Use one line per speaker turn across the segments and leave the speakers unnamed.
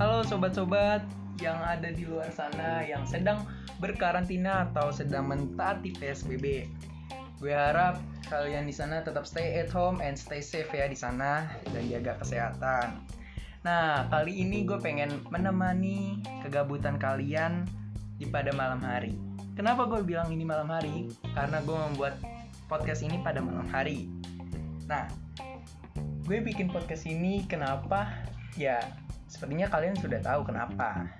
sobat-sobat yang ada di luar sana yang sedang berkarantina atau sedang mentaati PSBB. Gue harap kalian di sana tetap stay at home and stay safe ya di sana dan jaga kesehatan. Nah, kali ini gue pengen menemani kegabutan kalian di pada malam hari. Kenapa gue bilang ini malam hari? Karena gue membuat podcast ini pada malam hari. Nah, gue bikin podcast ini kenapa? Ya, sepertinya kalian sudah tahu kenapa.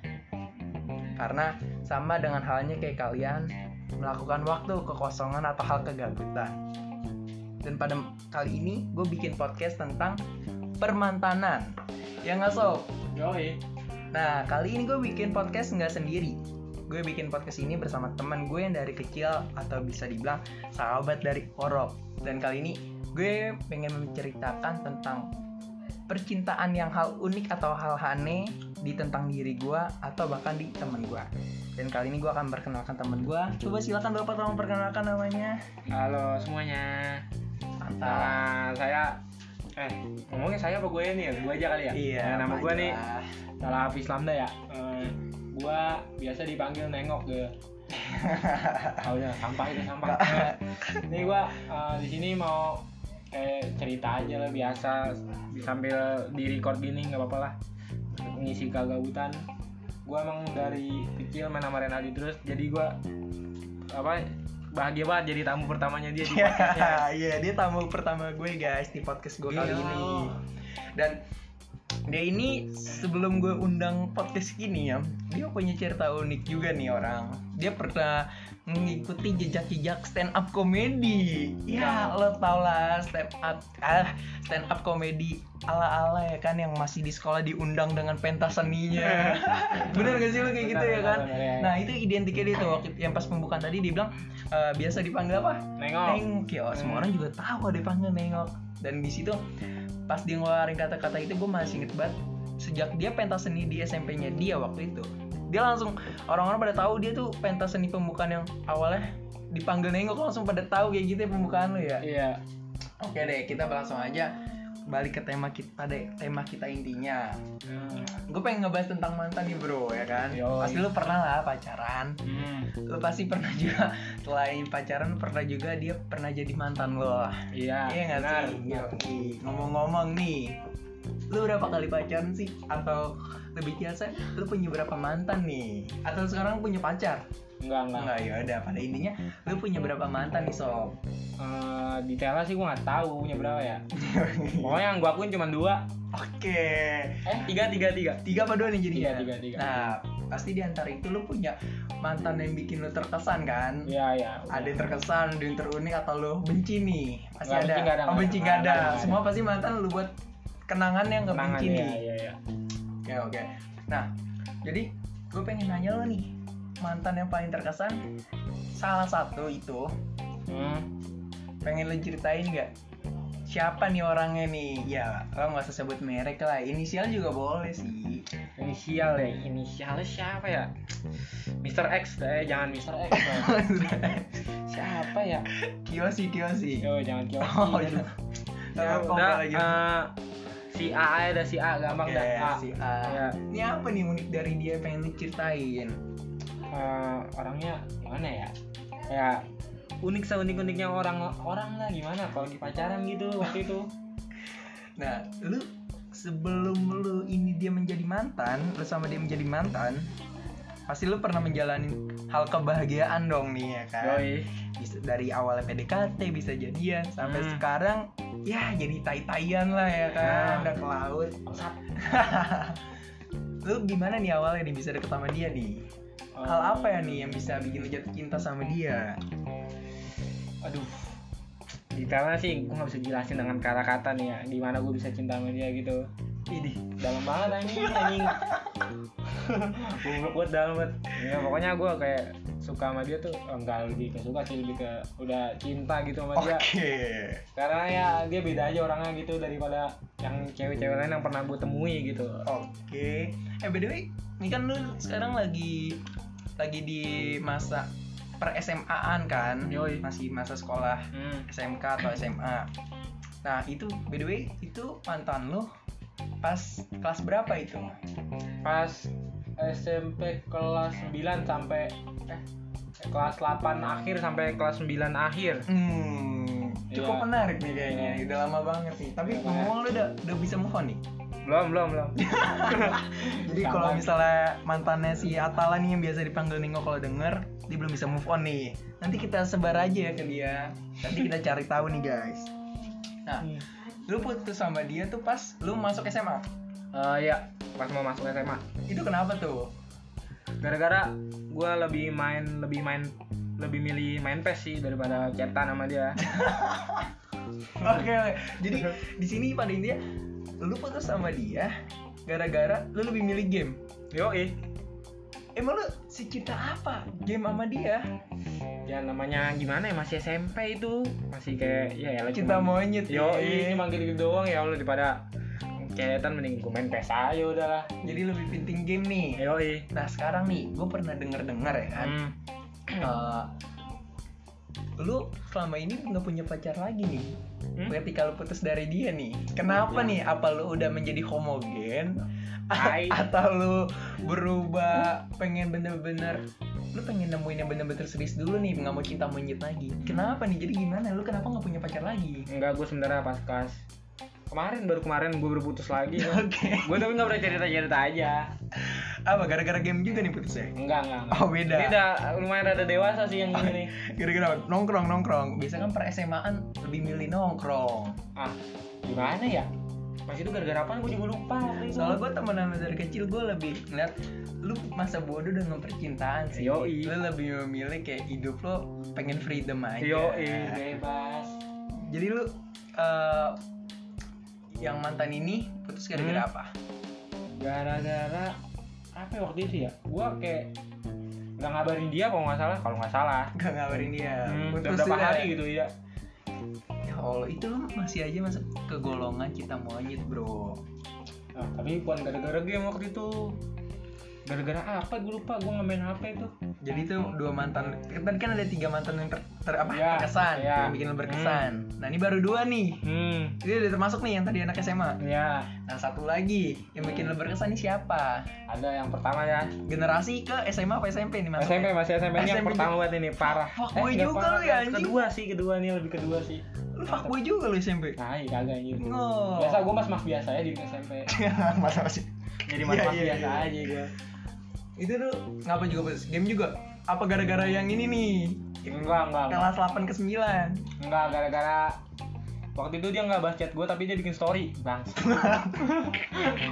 Karena sama dengan halnya kayak kalian melakukan waktu kekosongan atau hal kegabutan. Dan pada kali ini gue bikin podcast tentang permantanan. Ya nggak sob?
Yoi.
Nah kali ini gue bikin podcast nggak sendiri. Gue bikin podcast ini bersama teman gue yang dari kecil atau bisa dibilang sahabat dari Orop. Dan kali ini gue pengen menceritakan tentang percintaan yang hal unik atau hal aneh di tentang diri gue atau bahkan di temen gue. Dan kali ini gue akan perkenalkan temen gue. Coba silakan bapak tolong perkenalkan namanya.
Halo semuanya.
Mantap.
Nah, saya eh ngomongnya saya apa gue nih? Gue aja kali ya. Nah, nama
Iya, Pak
gue nih
Jelah.
Salah Hafiz Lamda ya. Eh, gue biasa dipanggil nengok ke Tahu ya, sampah itu sampah. Eh, Ini gue eh, di sini mau kayak cerita aja lah biasa sambil di record gini nggak apa-apa lah ngisi kegabutan gue emang dari kecil main sama Renaldi terus jadi gue apa bahagia banget jadi tamu pertamanya dia di podcastnya
Iya, iya dia tamu pertama gue guys di podcast gue kali
Gila.
ini. Dan dia ini sebelum gue undang podcast gini ya, dia punya cerita unik juga nih orang. Dia pernah mengikuti jejak-jejak stand up comedy.
Iya.
Ya, lo tau lah stand up ah, stand up comedy ala-ala ya kan yang masih di sekolah diundang dengan pentas seninya. Bener gak sih lo kayak gitu
Bener,
ya kan?
bener, bener, ya.
Nah, itu identiknya dia tuh waktu yang pas pembukaan tadi dia bilang "Eh, biasa dipanggil apa?
nengok
nengok ya semua orang juga tahu ada panggil nengok dan di situ pas dia ngeluarin kata-kata itu gue masih inget banget sejak dia pentas seni di SMP-nya dia waktu itu dia langsung orang-orang pada tahu dia tuh pentas seni pembukaan yang awalnya dipanggil nengok langsung pada tahu kayak gitu ya pembukaan lu ya
iya
oke deh kita langsung aja balik ke tema kita pada tema kita intinya gue pengen ngebahas tentang mantan nih bro ya kan
Yoi.
pasti lu pernah lah pacaran
Hmm,
lu pasti pernah juga selain pacaran pernah juga dia pernah jadi mantan lo lah
iya
Iya nggak
benar.
sih? Yoi. Ngomong-ngomong nih, lu berapa kali pacaran sih? Atau lebih biasa, lu punya berapa mantan nih? Atau sekarang punya pacar?
enggak enggak
Enggak, ya udah. Pada intinya, lu punya berapa mantan nih sob?
Eh, detailnya sih gue nggak tahu punya berapa ya pokoknya yang gue akuin cuma dua
Oke,
eh tiga tiga tiga
tiga apa dua nih jadinya?
Iya, Tiga, tiga, tiga.
Nah, pasti di antara itu lu punya mantan yang bikin lu terkesan kan?
iya iya
Ada yang terkesan, ada yang terunik atau lu benci nih? Pasti
Nggak,
ada.
benci nggak ada,
Oh,
nggak
benci
ada.
nggak ada.
Nggak ada.
Semua pasti mantan lu buat kenangan yang nggak
kenangan
benci
iya
nih.
iya iya
Oke oke. Nah, jadi gue pengen nanya lo nih mantan yang paling terkesan salah satu itu
Hmm.
pengen lo ceritain nggak? Siapa nih orangnya nih? Ya lo nggak usah sebut merek lah. Inisial juga boleh sih.
inisial ya inisialnya siapa ya Mr X eh jangan Mr X lah. siapa ya
Kiyoshi Kiyoshi.
yo jangan
Oh
kau
iya.
ya,
Apa
udah
lagi?
eh, si A ada si A gampang
Oke,
dah A.
si A.
Iya.
Ini apa nih unik dari dia pengen lo ceritain?
Eh, orangnya gimana ya ya unik seunik uniknya orang orang lah gimana kalau di pacaran gitu waktu itu
Nah, lu sebelum lu ini dia menjadi mantan, lu sama dia menjadi mantan, pasti lu pernah menjalani hal kebahagiaan dong nih ya kan.
Yoi.
Bisa dari awal PDKT bisa jadian sampai
Hmm.
sekarang ya jadi tai-taian lah ya kan,
Ya.
udah ke laut.
Bangsat.
lu gimana nih awalnya nih bisa deket sama dia nih? Hal apa ya nih yang bisa bikin lu jatuh cinta sama dia?
aduh detailnya sih gue nggak bisa jelasin dengan kata-kata nih ya gimana gue bisa cinta sama dia gitu
Ini.
dalam banget anjing anjing gue buat dalam banget ya, pokoknya gue kayak suka sama dia tuh oh, enggak lebih ke suka sih lebih ke udah cinta gitu sama
Oke.
dia karena ya dia beda aja orangnya gitu daripada yang cewek-cewek lain yang pernah gue temui gitu
Oke. Eh by the way, ini kan lu sekarang lagi lagi di masa per SMA-an kan?
Yoi.
Masih masa sekolah
hmm.
SMK atau SMA. Nah, itu by the way, itu mantan lu pas kelas berapa itu?
pas SMP kelas 9 sampai eh kelas 8 akhir sampai kelas 9 akhir
Hmm, cukup
Iya.
menarik nih kayaknya. Udah lama banget nih. Tapi
Iya,
ngomong lu udah, udah bisa move on nih.
belum belum belum
Jadi
Sama.
kalau misalnya mantannya si Atala nih yang biasa dipanggil Ningo kalau denger, dia belum bisa move on nih. Nanti kita sebar aja ya ke dia. Nanti kita cari tahu nih guys. Nah,
Hmm.
lu putus sama dia tuh pas lu masuk SMA.
Eh, ya pas mau masuk SMA
Itu kenapa tuh?
gara-gara gue lebih main lebih main lebih milih main PES sih daripada chatan sama dia
Oke, oke. jadi di sini pada intinya lu putus sama dia gara-gara lu lebih milih game.
yoi
Emang lu secinta apa game sama dia?
ya namanya gimana ya masih SMP itu masih kayak ya elah
Cinta
cuma-
monyet.
yoi ini
ya.
manggil gitu doang ya Allah daripada chatan mending gue main PES aja udahlah
Jadi lebih penting game nih.
yoi
Nah sekarang nih, gue pernah denger-dengar ya kan,
Hmm.
eh, lu selama ini nggak punya pacar lagi nih.
Hmm?
Ketika lu putus dari dia nih, kenapa nih? Apa lu udah menjadi homogen?
Hai.
Atau lu berubah pengen bener-bener lu pengen nemuin yang bener-bener serius dulu nih nggak mau cinta monyet lagi kenapa nih jadi gimana lu kenapa nggak punya pacar lagi
Enggak, gue sebenarnya pas kelas kemarin baru kemarin gue berputus lagi.
oke
gue tapi nggak pernah cerita cerita aja.
apa gara-gara game juga nih putusnya
Enggak enggak. enggak.
oh beda
Ini udah lumayan rada dewasa sih yang ini nih.
gara-gara nongkrong nongkrong biasanya kan per SMAan lebih milih nongkrong
Ah, gimana ya? Masih itu gara-gara apaan gue juga lupa. waktu itu.
soalnya gue temenan dari kecil gue lebih ngeliat lu masa bodoh dengan percintaan sih
Yoi.
lu lebih memilih kayak hidup lo pengen freedom aja
Yoi, bebas.
jadi lu eh, yang mantan ini putus gara-gara
Hmm.
apa
Gara-gara apa ya waktu itu ya? Gue kayak nggak ngabarin dia kalau nggak salah, kalau nggak salah.
gak ngabarin dia
Hmm, udah
Putus
berapa
sudah.
hari gitu ya?
ya Allah itu lu masih aja masuk ke golongan cinta monyet bro
Ah, tapi bukan gara-gara game waktu itu. Gara-gara apa? Gue lupa. Gue nggak main HP itu.
jadi itu dua mantan kan kan ada tiga mantan yang ter, ter- apa
Iya,
berkesan
iya.
yang bikin lu berkesan nah ini baru dua nih
Hmm,
ini udah termasuk nih yang tadi anak SMA
ya.
nah satu lagi yang bikin lu berkesan ini siapa
Ada yang pertama ya.
generasi ke SMA apa SMP nih masuk
SMP masih SMP ini yang
SMP.
pertama banget ini parah.
Fuckboy
nggak
juga
parah,
lu ya,
nggak.
anjing.
Kedua sih, kedua nih lebih kedua sih.
lu fuckboy juga lu SMP
Nah, iya kagak anjing.
oh
Biasa gue mas mas biasa ya di SMP.
masa masih
Jadi mas
Iya,
mas
iya,
biasa
iya.
aja gue.
itu lu ngapa juga putus game juga apa gara-gara yang ini nih
Enggak enggak
kelas
enggak.
8 ke 9
Enggak gara-gara waktu itu dia nggak baca chat gue tapi dia bikin story bang.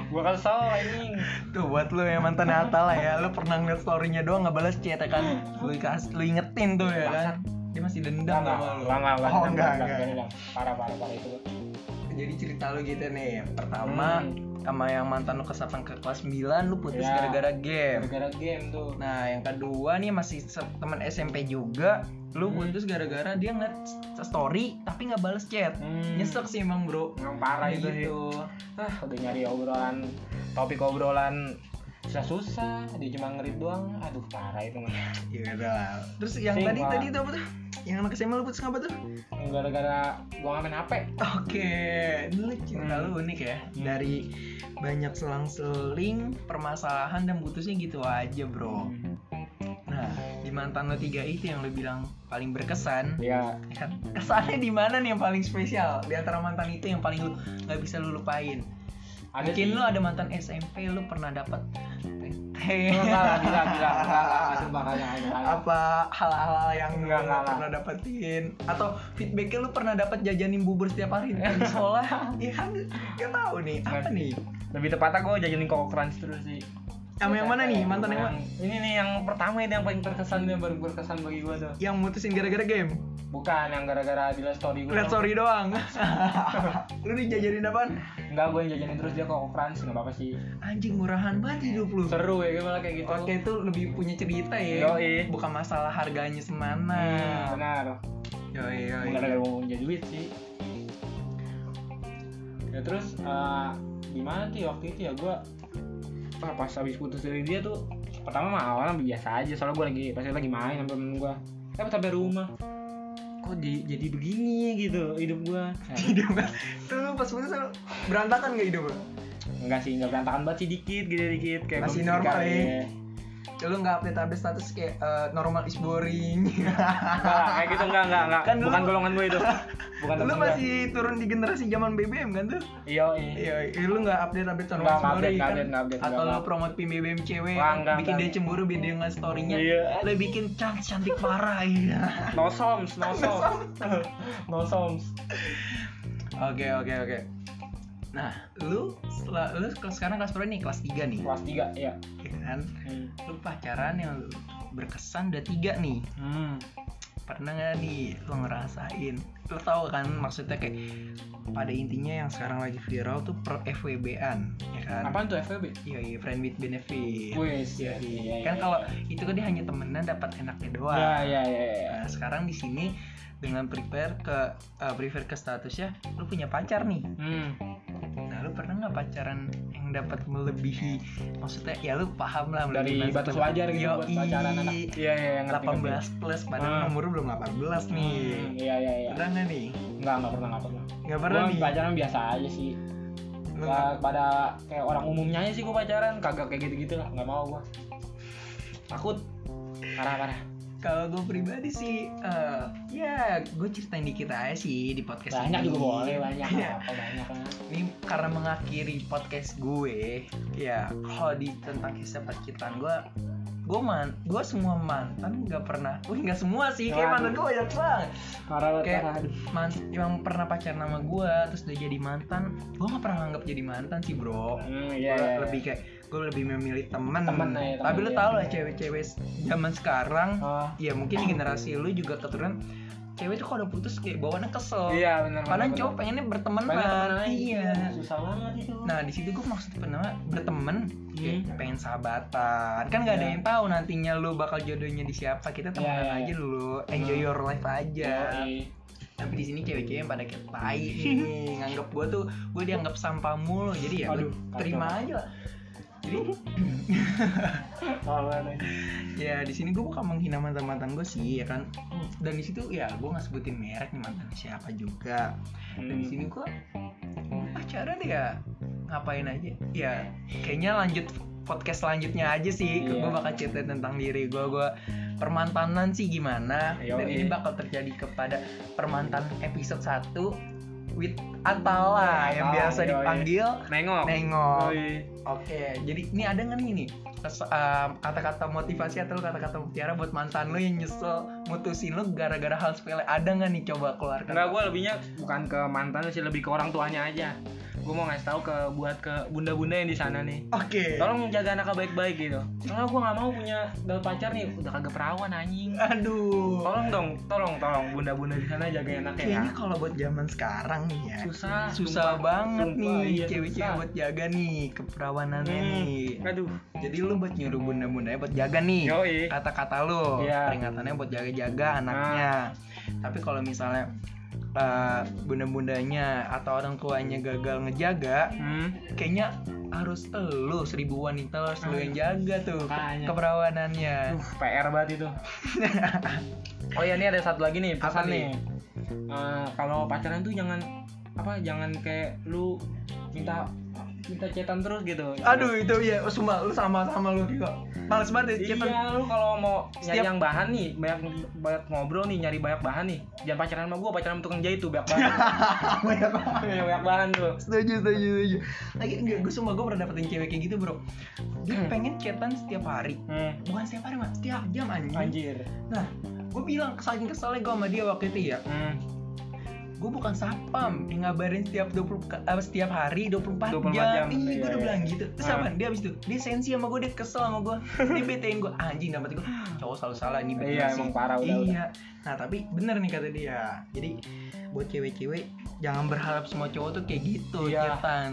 gue kesel anjing.
Tuh buat lu yang mantan Natal lah ya Lu pernah ngeliat story-nya doang gak balas chat ya kan Lu, kas- lu ingetin tuh ya kan Dia masih dendam
Enggak
sama lu
enggak enggak enggak.
Oh enggak enggak
Parah parah parah itu. Hmm,
Jadi cerita lu gitu nih Pertama sama yang mantan lu kesapang ke kelas 9 Lu putus
Ya.
gara-gara game
Gara-gara game tuh.
Nah yang kedua nih masih se- teman SMP juga Lu
Hmm.
putus gara-gara dia ngeliat s- story tapi gak balas chat
Hmm.
Nyesek sih emang bro
Yang parah itu sih.
Gitu.
ah udah nyari obrolan topik obrolan susah susah dia cuma ngerit doang aduh parah itu mah
Ya udah lah. Terus yang
Sing,
tadi
Pak.
tadi itu apa tuh? Yang anak SMA lu putus ngapa tuh?
gara-gara gua ngamen hp
Oke, dulu cinta
Hmm.
lu unik ya. Dari banyak selang-seling, permasalahan dan putusnya gitu aja, Bro.
Hmm.
Nah, di mantan lo tiga itu yang lo bilang paling berkesan,
ya
ya kan? Kesannya di mana nih yang paling spesial? Di antara mantan itu yang paling lu nggak bisa lu lupain.
ada
Mungkin
sih-
lu ada mantan SMP lu pernah dapat
enggak enggak gila gila itu bakal yang ada
apa hal-hal yang
Enggak,
lu
enggak, enggak.
pernah dapetin atau feedbacknya lu pernah dapat jajanin bubur setiap hari di sekolah ya kan nggak tahu nih apa nih
lebih tepatnya gua jajanin koko crunch terus sih
sama yang mana nih mantan yang mana
ini nih yang pertama ini yang paling terkesan dan baru berkesan bagi gua tuh
yang mutusin gara-gara game
bukan yang gara-gara di live story gua
lihat story doang lu dijajanin apaan
enggak gua yang jajanin terus dia koko crunch nggak apa-apa sih
anjing murahan banget hidup lu
seru ya gimana kayak gitu
Oke itu lebih punya cerita ya
Yoi.
Bukan masalah harganya semana
Hmm, benar
Yoi yoi
gara-gara mau punya duit sih ya terus eh, gimana sih waktu itu ya gue pas habis putus dari dia tuh pertama mah awalnya biasa aja soalnya gue lagi pas itu lagi main sama temen gue eh pas sampai rumah kok di- jadi begini gitu hidup gue
Nah. Hidup Tuh lu pas putus lu berantakan gak hidup lu?
enggak sih enggak berantakan banget sih dikit gede dikit kayak
Masih
gua-
normal
kayak-
ya. Lu nggak update update status kayak eh, normal is boring.
Enggak, kayak gitu enggak enggak enggak
Kan
bukan
lu-
golongan gue itu bukan
lu
temen gua.
masih turun di generasi zaman BBM kan tuh?
iya iya
Iya, iya, lu nggak update update normal
Nggak,
is
nggak
boring
update, nggak
kan?
update, nggak update,
Atau
nggak
lu promotin BBM cewek,
Wah, nggak,
bikin
nggak.
dia cemburu, dia nggak storynya.
Iya.
Lu bikin cantik cantik parah. Iya.
no soms no soms no soms
Oke oke oke. Nah, lu setelah- lu kelas- sekarang kelas berapa nih? Kelas 3 nih.
kelas tiga ya
Ya kan? Lu pacaran yang lu berkesan udah 3 nih.
hmm.
Pernah nggak nih lu ngerasain? Lu tahu kan maksudnya kayak pada intinya yang sekarang lagi viral tuh per FWB-an, ya kan?
apaan tuh FWB
Iya, iya, friend with benefit.
Wes,
Iya,
ya,
iya. Kan kalau itu kan dia hanya temenan dapat enaknya doang.
ya ya ya. ya.
Nah, sekarang di sini dengan prepare ke eh, prefer ke statusnya lu punya pacar nih
Hmm.
Nah, lu pernah nggak pacaran yang dapat melebihi maksudnya ya lu paham lah
Dari
melebihi
batas wajar gitu buat
Yoi.
pacaran anak. Iya iya yang
18 plus padahal
Hmm.
nomor lu belum 18 nih.
Iya iya iya.
Hmm. Pernah nggak nih?
Enggak enggak pernah enggak pernah.
Nggak pernah
Gue
nih.
pacaran biasa aja sih.
Lu
Nggak pada kayak orang umumnya aja sih gue pacaran, kagak kayak gitu-gitu lah, nggak mau gue. Takut. Parah parah.
Kalau gue pribadi sih, eh, ya gue ceritain dikit aja sih di podcast
Banyak
ini.
juga boleh banyak
Iya.
apa banyak lah.
Ini karena mengakhiri podcast gue, ya kalau di tentang kisah percintaan gue, gue man, gue semua mantan nggak pernah, wih nggak semua sih, kayak mantan gue banyak banget.
Parah banget,
Kayak-
parah. Aduh.
mantan yang pernah pacaran sama gua terus udah jadi mantan gua nggak pernah nganggap jadi mantan sih bro
Hmm,
Gua
iya, iya, iya.
lebih kayak gua lebih memilih teman
Temen aja, temen,
tapi lu
iya.
tau lah cewek-cewek zaman sekarang
Oh.
ya mungkin generasi lu juga keturunan cewek tuh kalau udah putus kayak bawaannya kesel
Iya benar.
padahal
benar,
cowok
benar.
pengennya berteman
Pengen temenan
lah
aja.
iya
Susah banget itu.
nah di situ gua maksud pertama berteman kayak
Hmm.
pengen sahabatan kan nggak ada
Iya.
yang tahu nantinya lu bakal jodohnya di siapa kita
Iya,
temenan
iya,
aja
iya.
dulu enjoy
Hmm.
your life aja
Yoi.
tapi di sini cewek-cewek yang pada kayak tai nih nganggap gue tuh gue dianggap sampah mulu jadi ya
Aduh,
gue
kacau.
terima aja lah jadi
Parah banget.
ya
Hmm.
di sini gue bukan menghina mantan mantan gue sih ya kan dan di situ ya gue nggak sebutin merek nih mantan siapa juga dan di
Hmm.
sini gue pacaran ya ngapain aja ya kayaknya lanjut podcast selanjutnya aja sih
Iya.
gue bakal cerita tentang diri gue gue permantanan sih gimana
Yo,
dan
iya.
ini bakal terjadi kepada permantan episode 1 with Atala yang
Atala,
biasa
yo, iya.
dipanggil
Nengok.
Nengok
Yoi.
oke jadi ini ada nggak nih ini kes- eh, kata-kata motivasi atau kata-kata mutiara buat mantan lo yang nyesel mutusin lo gara-gara hal sepele ada nggak nih coba keluarkan
Enggak, gue lebihnya bukan ke mantan sih, lebih ke orang tuanya aja. Gue mau ngasih tahu ke buat ke bunda-bunda yang di sana nih.
oke
Tolong jaga anaknya baik-baik gitu. Soalnya gue nggak mau punya dapat pacar nih, udah kagak perawan anjing.
aduh
Tolong dong, tolong, tolong bunda-bunda di sana jaga anaknya ya.
Kayaknya kalau buat zaman sekarang nih ya
Susah, iya,
susah banget nih cewek-cewek
cewek
buat jaga nih keperawanannya nih.
Hmm. Aduh,
Jadi lu buat nyuruh bunda-bundanya buat jaga nih.
yoi.
Kata-kata lu,
Iya. Nah.
peringatannya buat jaga-jaga anaknya. Tapi kalau misalnya eh, bunda-bundanya atau orang tuanya gagal ngejaga,
Hmm.
kayaknya harus elu seribu wanita harus lu yang jaga tuh
Makanya.
keperawanannya.
Duh, PR banget itu. oh iya ini ada satu lagi nih
Apa
pesan
nih?
nih. Eh, kalau pacaran tuh jangan apa jangan kayak lu minta minta cetan terus gitu.
Aduh itu ya, oh, sumpah lu sama-sama lu juga. Males banget ya, cetan.
Iya, lu kalau mau nyari
Setiap-
yang bahan nih, banyak banyak ngobrol nih, nyari banyak bahan nih. Jangan pacaran sama gua, pacaran sama tukang jahit tuh banyak bahan.
Banyak banget.
Iya, banyak bahan tuh.
ya, setuju setuju setuju lagi enggak gue sumpah gue pernah dapetin cewek kayak gitu bro dia pengen chatan setiap hari
Hmm,
bukan setiap hari mah setiap jam anjing
anjir.
nah gue bilang saking keselnya gue sama dia waktu itu ya
Hmm,
gue bukan satpam yang ngabarin setiap 20 ke- eh, setiap hari 24, jam, Ih,
24 jam,
gue
iya,
udah
iya.
bilang gitu terus
Ah.
apa dia abis itu dia sensi sama gue dia kesel sama gue dia betein gue anjing dapat gue cowok selalu salah ini bener
Iya,
sih."
emang parah, udah,
iya nah tapi bener nih kata dia jadi buat cewek-cewek jangan berharap semua cowok tuh kayak gitu
Iya.
cetan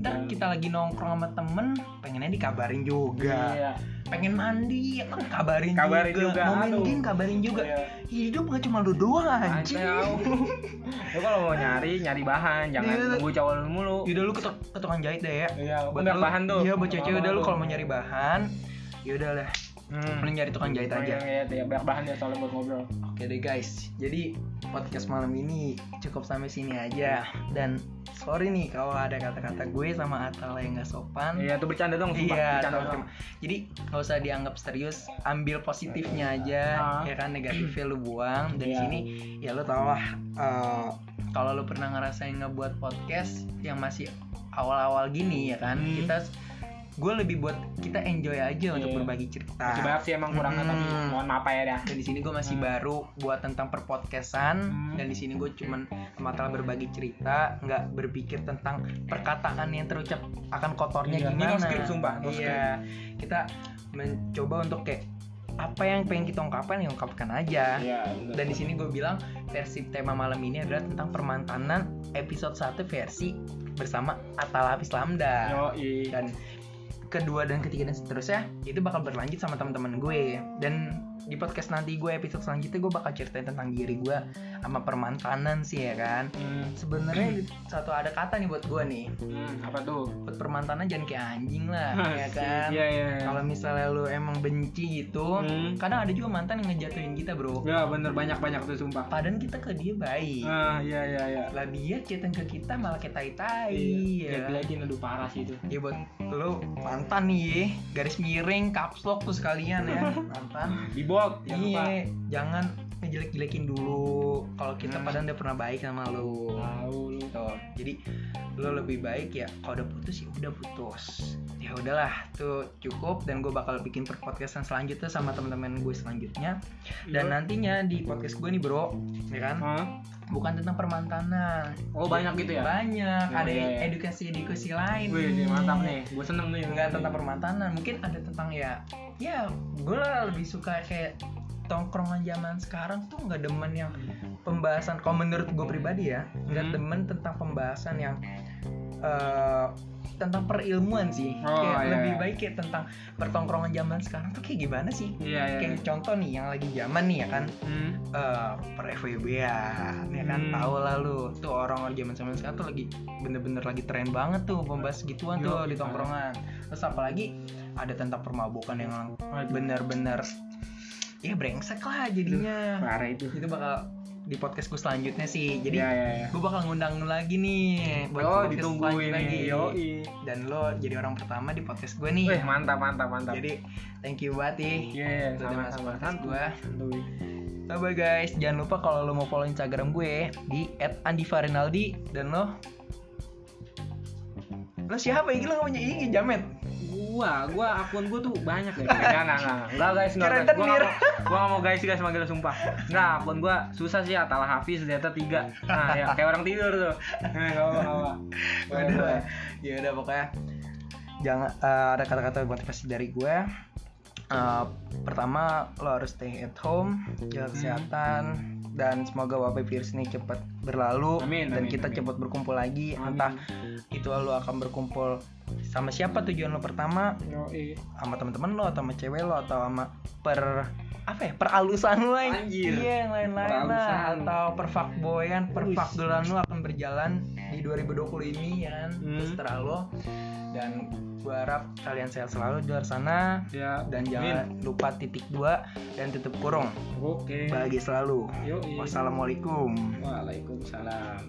ntar kita lagi nongkrong sama temen pengennya dikabarin juga
Iya.
pengen mandi ya kan kabarin,
Kabarin juga,
mau main
aduh.
game kabarin juga
Iya.
hidup gak cuma lu doang anjing
Anjing. Lu Ya, kalau mau nyari, nyari bahan, jangan
Iya.
nunggu cowok lu mulu.
Yaudah lu ke, tuk- ke tukang jahit deh ya.
Iya,
Buat
banyak
lu-
bahan tuh.
Iya, buat cewek
Banyak
udah lu
bahan
kalau
tuh.
mau nyari bahan, yaudah lah.
Hmm.
Mending nyari tukang jahit aja.
Iya, iya, banyak bahan ya soalnya buat ngobrol.
Oke deh guys, jadi podcast malam ini cukup sampai sini aja. Dan sorry nih kalau ada kata-kata gue sama Atal yang gak sopan.
Iya, itu bercanda dong, sumpah.
Iya,
bercanda
tahu,
dong.
Jadi nggak usah dianggap serius, ambil positifnya aja,
Ah.
ya kan negatifnya lu buang. Dan di
Iya.
sini ya lu tau lah, eh, kalau lu pernah ngerasain ngebuat podcast yang masih awal-awal gini ya kan,
Hmm.
kita gue lebih buat kita enjoy aja untuk
Iya.
berbagi cerita.
Masih banyak sih emang kurangnya tapi
Hmm.
mohon maaf ya dah.
dan di sini gue masih
Hmm.
baru buat tentang perpodcastan
Hmm.
dan di sini gue cuman masalah berbagi cerita nggak berpikir tentang perkataan yang terucap akan kotornya
Iya, ini
gimana
no script, sumpah, no
iya kita mencoba untuk kayak apa yang pengen kita ungkapkan ya ungkapkan aja
Iya,
dan di sini gue bilang versi tema malam ini adalah tentang permantanan episode 1 versi bersama Atal Hafiz Lambda
Yo,
dan kedua dan ketiga dan seterusnya itu bakal berlanjut sama teman-teman gue dan di podcast nanti gue episode selanjutnya gue bakal ceritain tentang diri gue sama permantanan sih ya kan
Hmm,
sebenarnya satu ada kata nih buat gue nih
apa tuh?
buat permantanan jangan kayak anjing lah ya kan
Iya, iya.
kalau misalnya lu emang benci gitu
Hmm.
kadang ada juga mantan yang ngejatuhin kita bro
Ya, bener banyak-banyak tuh sumpah.
padahal kita ke dia baik
Ah, iya, iya, iya.
lah dia chatting ke kita malah kayak tai-tai ya kan?
lagi aduh parah sih itu.
Ya buat lo mantan nih ye. garis miring caps lock tuh sekalian ya mantan.
Bibok, jangan lupa.
Iya, jangan ngejelek-jelekin dulu kalau kita
Hmm.
padahal udah pernah baik sama lo.
Tahu lu.
Tuh, jadi lo lebih baik ya kalau udah putus ya udah putus. Ya udahlah, tuh cukup dan gue bakal bikin per podcastan selanjutnya sama teman-teman gue selanjutnya. Dan
Yo.
nantinya di podcast gue nih, Bro, ya kan?
Hah?
Bukan tentang permantanan.
Iya. Oh, banyak gitu ya?
Banyak,
Ya,
ada
ya, ya.
edukasi-edukasi lain.
Wih, ini mantap nih. Gue seneng nih.
nggak tentang permantanan mungkin ada tentang ya ya gue lah lebih suka kayak tongkrongan zaman sekarang tuh nggak demen yang pembahasan kalau menurut gue pribadi ya nggak
Hmm.
demen tentang pembahasan yang eh, tentang perilmuan sih
Oh,
kayak
iya,
lebih
iya.
baik kayak tentang pertongkrongan zaman sekarang tuh kayak gimana sih
Iya, iya.
kayak contoh nih yang lagi zaman nih ya kan
Hmm.
eh per FWB ya kan
Hmm.
tahu lah lu tuh orang-orang zaman zaman sekarang tuh lagi bener-bener lagi tren banget tuh pembahas gituan tuh
Yo,
di
iya.
tongkrongan terus apalagi ada tentang permabukan yang
Waduh.
bener-bener ya brengsek lah jadinya
Parah itu.
itu bakal di podcast gue selanjutnya sih jadi
Iya, iya, iya.
gue bakal ngundang lu lagi nih buat
Oh,
podcast
ditungguin
selanjutnya
nih. Yoi.
dan lo jadi orang pertama di podcast gue nih
Wih, mantap, mantap, mantap.
jadi thank you banget ih
Iya,
Udah masuk
sama-sama.
podcast gue
Santuy.
Bye bye guys, jangan lupa kalau lo mau follow Instagram gue di @andivarinaldi dan lo lo siapa ya? Gila nggak punya IG jamet.
gua gua akun gua tuh banyak ya nggak nggak nggak nggak guys nggak
Keren
guys gua nggak
tenir.
mau gua nggak mau guys guys manggil sumpah nggak akun gua susah sih atalah hafiz ternyata tiga nah ya kayak orang tidur tuh Nah, nggak apa nggak apa Boleh,
Udah
boleh.
lah. ya udah pokoknya jangan eh, ada kata-kata motivasi dari gue. Eh, pertama lo harus stay at home, jaga
Hmm.
kesehatan dan semoga wabah virus ini cepat berlalu
Amin,
dan
amin,
kita
amin.
cepat berkumpul lagi
Amin.
entah itu lo akan berkumpul sama siapa tujuan lo pertama
Yoi.
sama teman-teman lo atau sama cewek lo atau sama per apa ya peralusan lo yang-
Anjir.
iya yang lain-lain lah
Peralusan.
atau perfakboyan
Wih.
perfakdolan lo akan berjalan di 2020 ini ya kan
Hmm.
terserah lo dan gua harap kalian sehat selalu di luar sana
ya
dan
Amin.
jangan lupa titik dua dan tutup kurung
oke
bahagia selalu
Yoi.
wassalamualaikum
waalaikumsalam